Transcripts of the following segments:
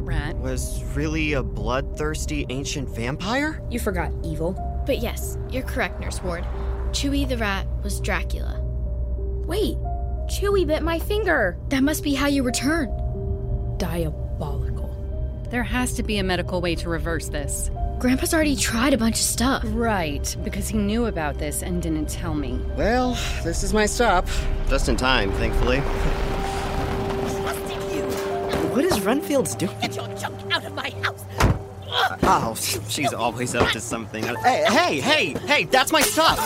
was really a bloodthirsty ancient vampire? You forgot evil. But yes, you're correct, Nurse Ward. Chewie the rat was Dracula. Wait, Chewie bit my finger. That must be how you return. Diabolical. There has to be a medical way to reverse this. Grandpa's already tried a bunch of stuff. Right, because he knew about this and didn't tell me. Well, this is my stop. Just in time, thankfully. What is Renfield's doing? Get your junk out of my house! Oh, she's always up to something. Hey, hey, hey, hey, that's my stuff!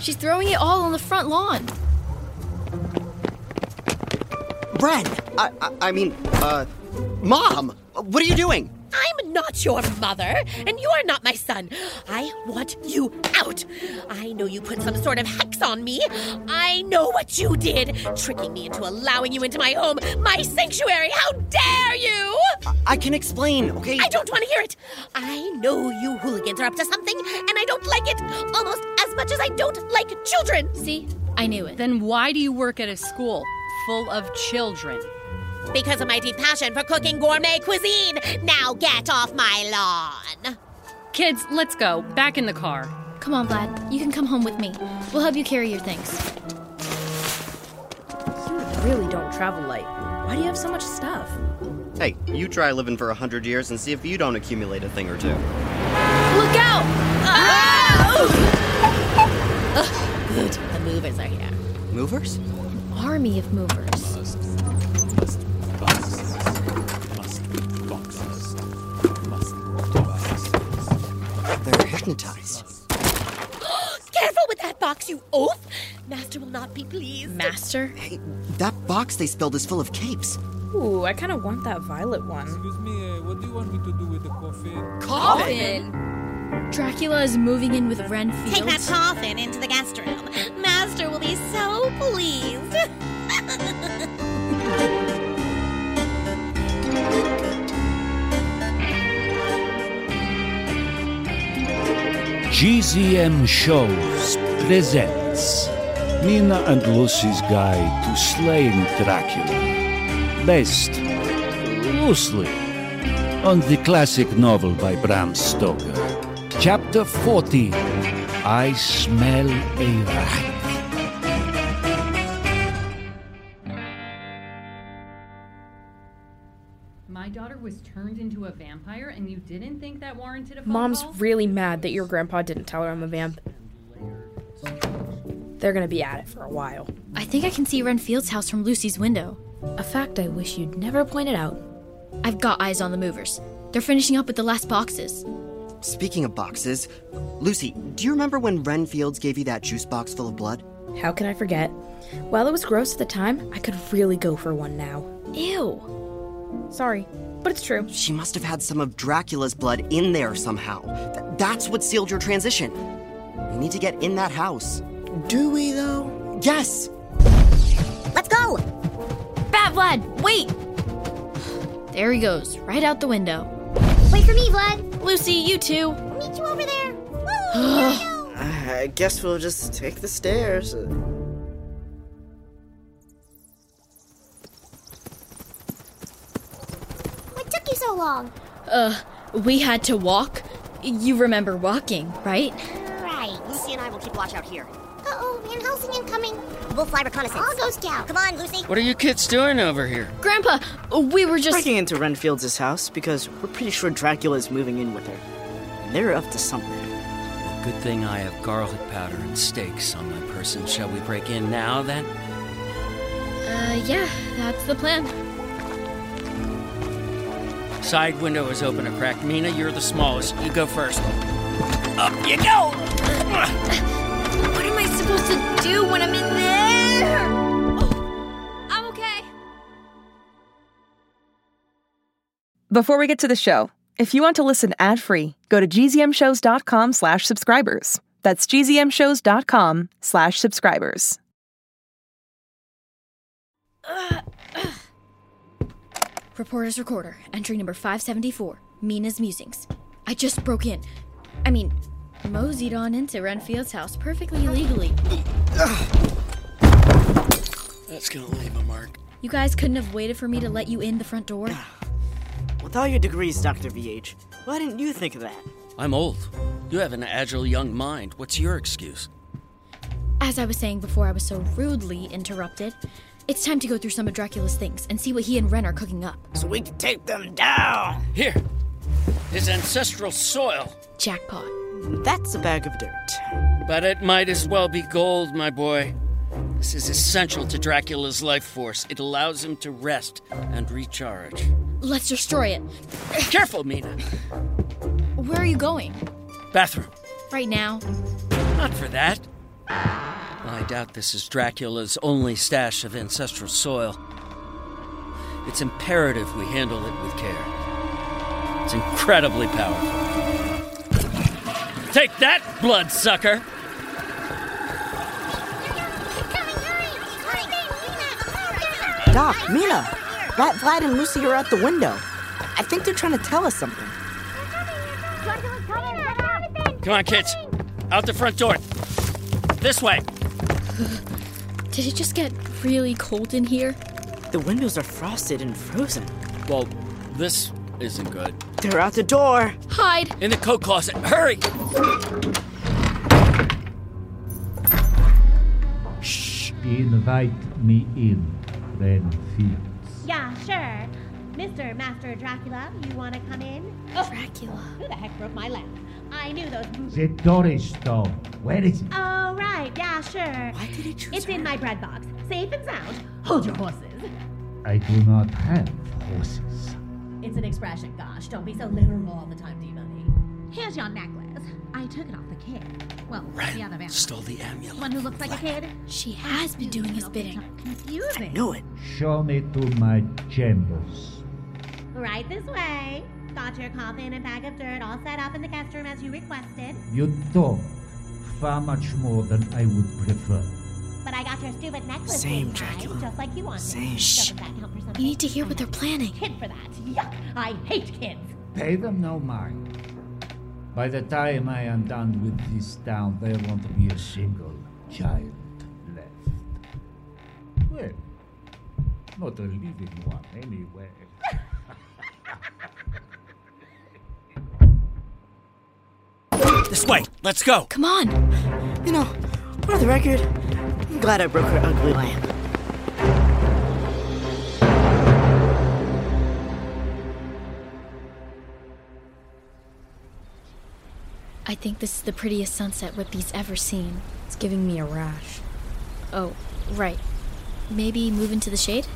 She's throwing it all on the front lawn. Ren! I, I, I mean, uh, Mom! What are you doing? I'm not your mother, and you are not my son. I want you out. I know you put some sort of hex on me. I know what you did, tricking me into allowing you into my home, my sanctuary. How dare you! I can explain, okay? I don't want to hear it. I know you hooligans are up to something, and I don't like it almost as much as I don't like children. See? I knew it. Then why do you work at a school full of children? Because of my deep passion for cooking gourmet cuisine. Now get off my lawn. Kids, let's go. Back in the car. Come on, Vlad. You can come home with me. We'll help you carry your things. You really don't travel light. Why do you have so much stuff? Hey, you try living for a hundred years and see if you don't accumulate a thing or two. Look out! Good, the movers are here. Movers? Army of movers. They're hypnotized. Careful with that box, you oaf! Master will not be pleased. Master? Hey, that box they spilled is full of capes. Ooh, I kind of want that violet one. Excuse me, uh, what do you want me to do with the coffin? Dracula is moving in with Renfield. Take that coffin into the guest room. Master will be so pleased. GZM Shows presents Nina and Lucy's Guide to Slaying Dracula, based loosely on the classic novel by Bram Stoker. Chapter 40 I Smell a Rat. My daughter was turned into a vampire, and you didn't think that warranted a phone Mom's call? really mad that your grandpa didn't tell her I'm a vamp. They're gonna be at it for a while. I think I can see Renfield's house from Lucy's window. A fact I wish you'd never pointed out. I've got eyes on the movers. They're finishing up with the last boxes. Speaking of boxes, Lucy, do you remember when Renfields gave you that juice box full of blood? How can I forget? While it was gross at the time, I could really go for one now. Ew. Sorry, but it's true. She must have had some of Dracula's blood in there somehow. Th- that's what sealed your transition. We need to get in that house. Do we, though? Yes! Let's go! Bat Vlad, wait! There he goes, right out the window. Wait for me, Vlad. Lucy, you too. Meet you over there. I guess we'll just take the stairs. What took you so long? We had to walk. You remember walking, right? Right. Lucy and I will keep watch out here. Uh oh, Van Helsing incoming. We'll fly reconnaissance. I'll go scout. Come on, Lucy. What are you kids doing over here? Grandpa, we were just. Breaking into Renfield's house because we're pretty sure Dracula's moving in with her. And they're up to something. Good thing I have garlic powder and steaks on my person. Shall we break in now then? Uh, yeah, that's the plan. Side window is open a crack. Mina, you're the smallest. You go first. Up you go! What am I supposed to do when I'm in there? Oh, I'm okay. Before we get to the show, if you want to listen ad-free, go to gzmshows.com slash subscribers. That's gzmshows.com slash subscribers. Reporter's recorder, entry number 574, Mina's musings. I just broke in. I mean, moseyed on into Renfield's house perfectly illegally. That's gonna leave a mark. You guys couldn't have waited for me to let you in the front door? With all your degrees, Dr. VH, why didn't you think of that? I'm old. You have an agile young mind. What's your excuse? As I was saying before I was so rudely interrupted, it's time to go through some of Dracula's things and see what he and Ren are cooking up. So we can take them down! Here! His ancestral soil! Jackpot. That's a bag of dirt. But it might as well be gold, my boy. This is essential to Dracula's life force. It allows him to rest and recharge. Let's destroy it. Careful, Mina! Where are you going? Bathroom. Right now? Not for that. I doubt this is Dracula's only stash of ancestral soil. It's imperative we handle it with care. It's incredibly powerful. Take that, bloodsucker! Doc, Mina! Rat Vlad and Lucy are out the window. I think they're trying to tell us something. Come on, kids. Out the front door. This way. Did it just get really cold in here? The windows are frosted and frozen. Well, this isn't good. They're out the door! Hide! In the coat closet. Hurry! Invite me in, Ren Fields. Yeah, sure. Mr. Master Dracula, you want to come in? Dracula. Who the heck wrote my lap? I knew those. The door is down. Where is it? Oh, right. Yeah, sure. Why did he choose It's in my bread box. Safe and sound. Hold your horses. I do not have horses. It's an expression, gosh. Don't be so literal all the time, D-Money. Here's your necklace. I took it off the kid. Well, the other man. Stole the amulet. One who looks like a kid. She has been doing his bidding. Confusing. Knew it. Show me to my chambers. Right this way. Got your coffin and bag of dirt all set up in the guest room as you requested. You don't. Far much more than I would prefer. But I got your stupid necklace. Same, this time, Dracula. Just like you wanted. Same. Shh. Doesn't that count for We something? need to hear what they're planning. Kid for that. Yuck. I hate kids. Pay them no mind. By the time I am done with this town, there won't be a single child left. Well, not a living one anyway. This way. Let's go. Come on. You know, for the record, I'm glad I broke her ugly lamp. I think this is the prettiest sunset Whippy's ever seen. It's giving me a rash. Oh, right. Maybe move into the shade?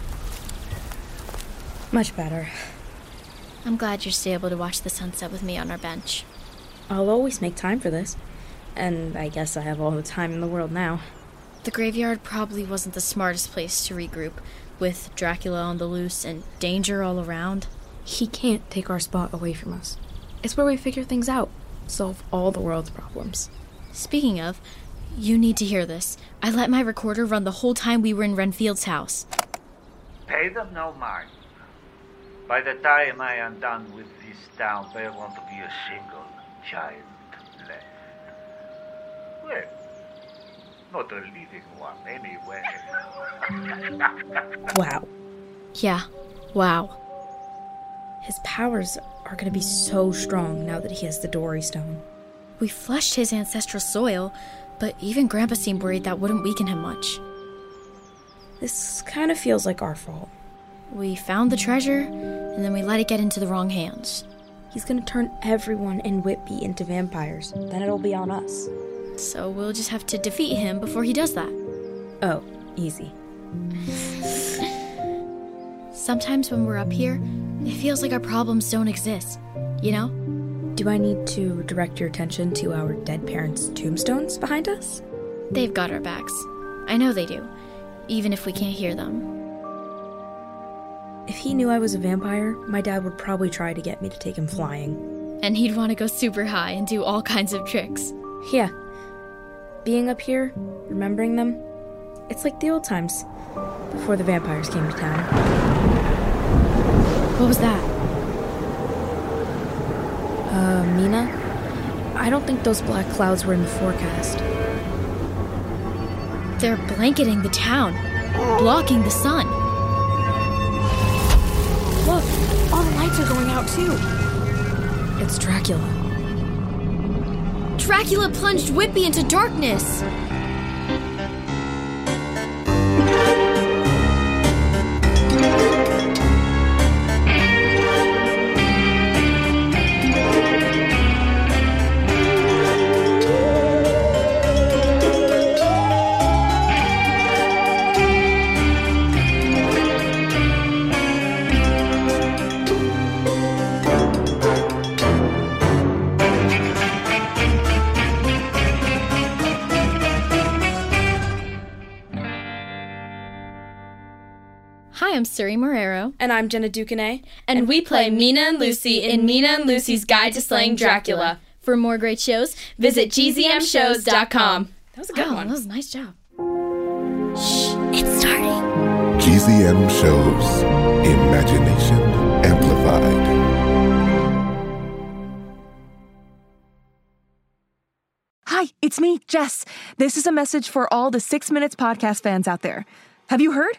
Much better. I'm glad you're still able to watch the sunset with me on our bench. I'll always make time for this. And I guess I have all the time in the world now. The graveyard probably wasn't the smartest place to regroup, with Dracula on the loose and danger all around. He can't take our spot away from us. It's where we figure things out, solve all the world's problems. Speaking of, you need to hear this. I let my recorder run the whole time we were in Renfield's house. Pay them no mind. By the time I am done with this town, there won't be a single child left. Well, not a living one anyway. Wow. Yeah, wow. His powers are going to be so strong now that he has the Dory Stone. We flushed his ancestral soil, but even Grandpa seemed worried that wouldn't weaken him much. This kind of feels like our fault. We found the treasure, and then we let it get into the wrong hands. He's going to turn everyone in Whitby into vampires. Then it'll be on us. So we'll just have to defeat him before he does that. Oh, easy. Sometimes when we're up here, it feels like our problems don't exist, you know? Do I need to direct your attention to our dead parents' tombstones behind us? They've got our backs. I know they do, even if we can't hear them. If he knew I was a vampire, my dad would probably try to get me to take him flying. And he'd want to go super high and do all kinds of tricks. Yeah. Being up here, remembering them, it's like the old times before the vampires came to town. What was that? Uh, Mina? I don't think those black clouds were in the forecast. They're blanketing the town, blocking the sun. Look, All the lights are going out too. It's Dracula. Dracula plunged Whippy into darkness. Hi, I'm Suri Morero. And I'm Jenna Ducanay. And, we play Mina and Lucy in Mina and Lucy's Guide to Slaying Dracula. For more great shows, visit gzmshows.com. That was a good Wow, one. That was a nice job. It's starting. GZM shows Imagination Amplified. Hi, it's me, Jess. This is a message for all the Six Minutes podcast fans out there. Have you heard?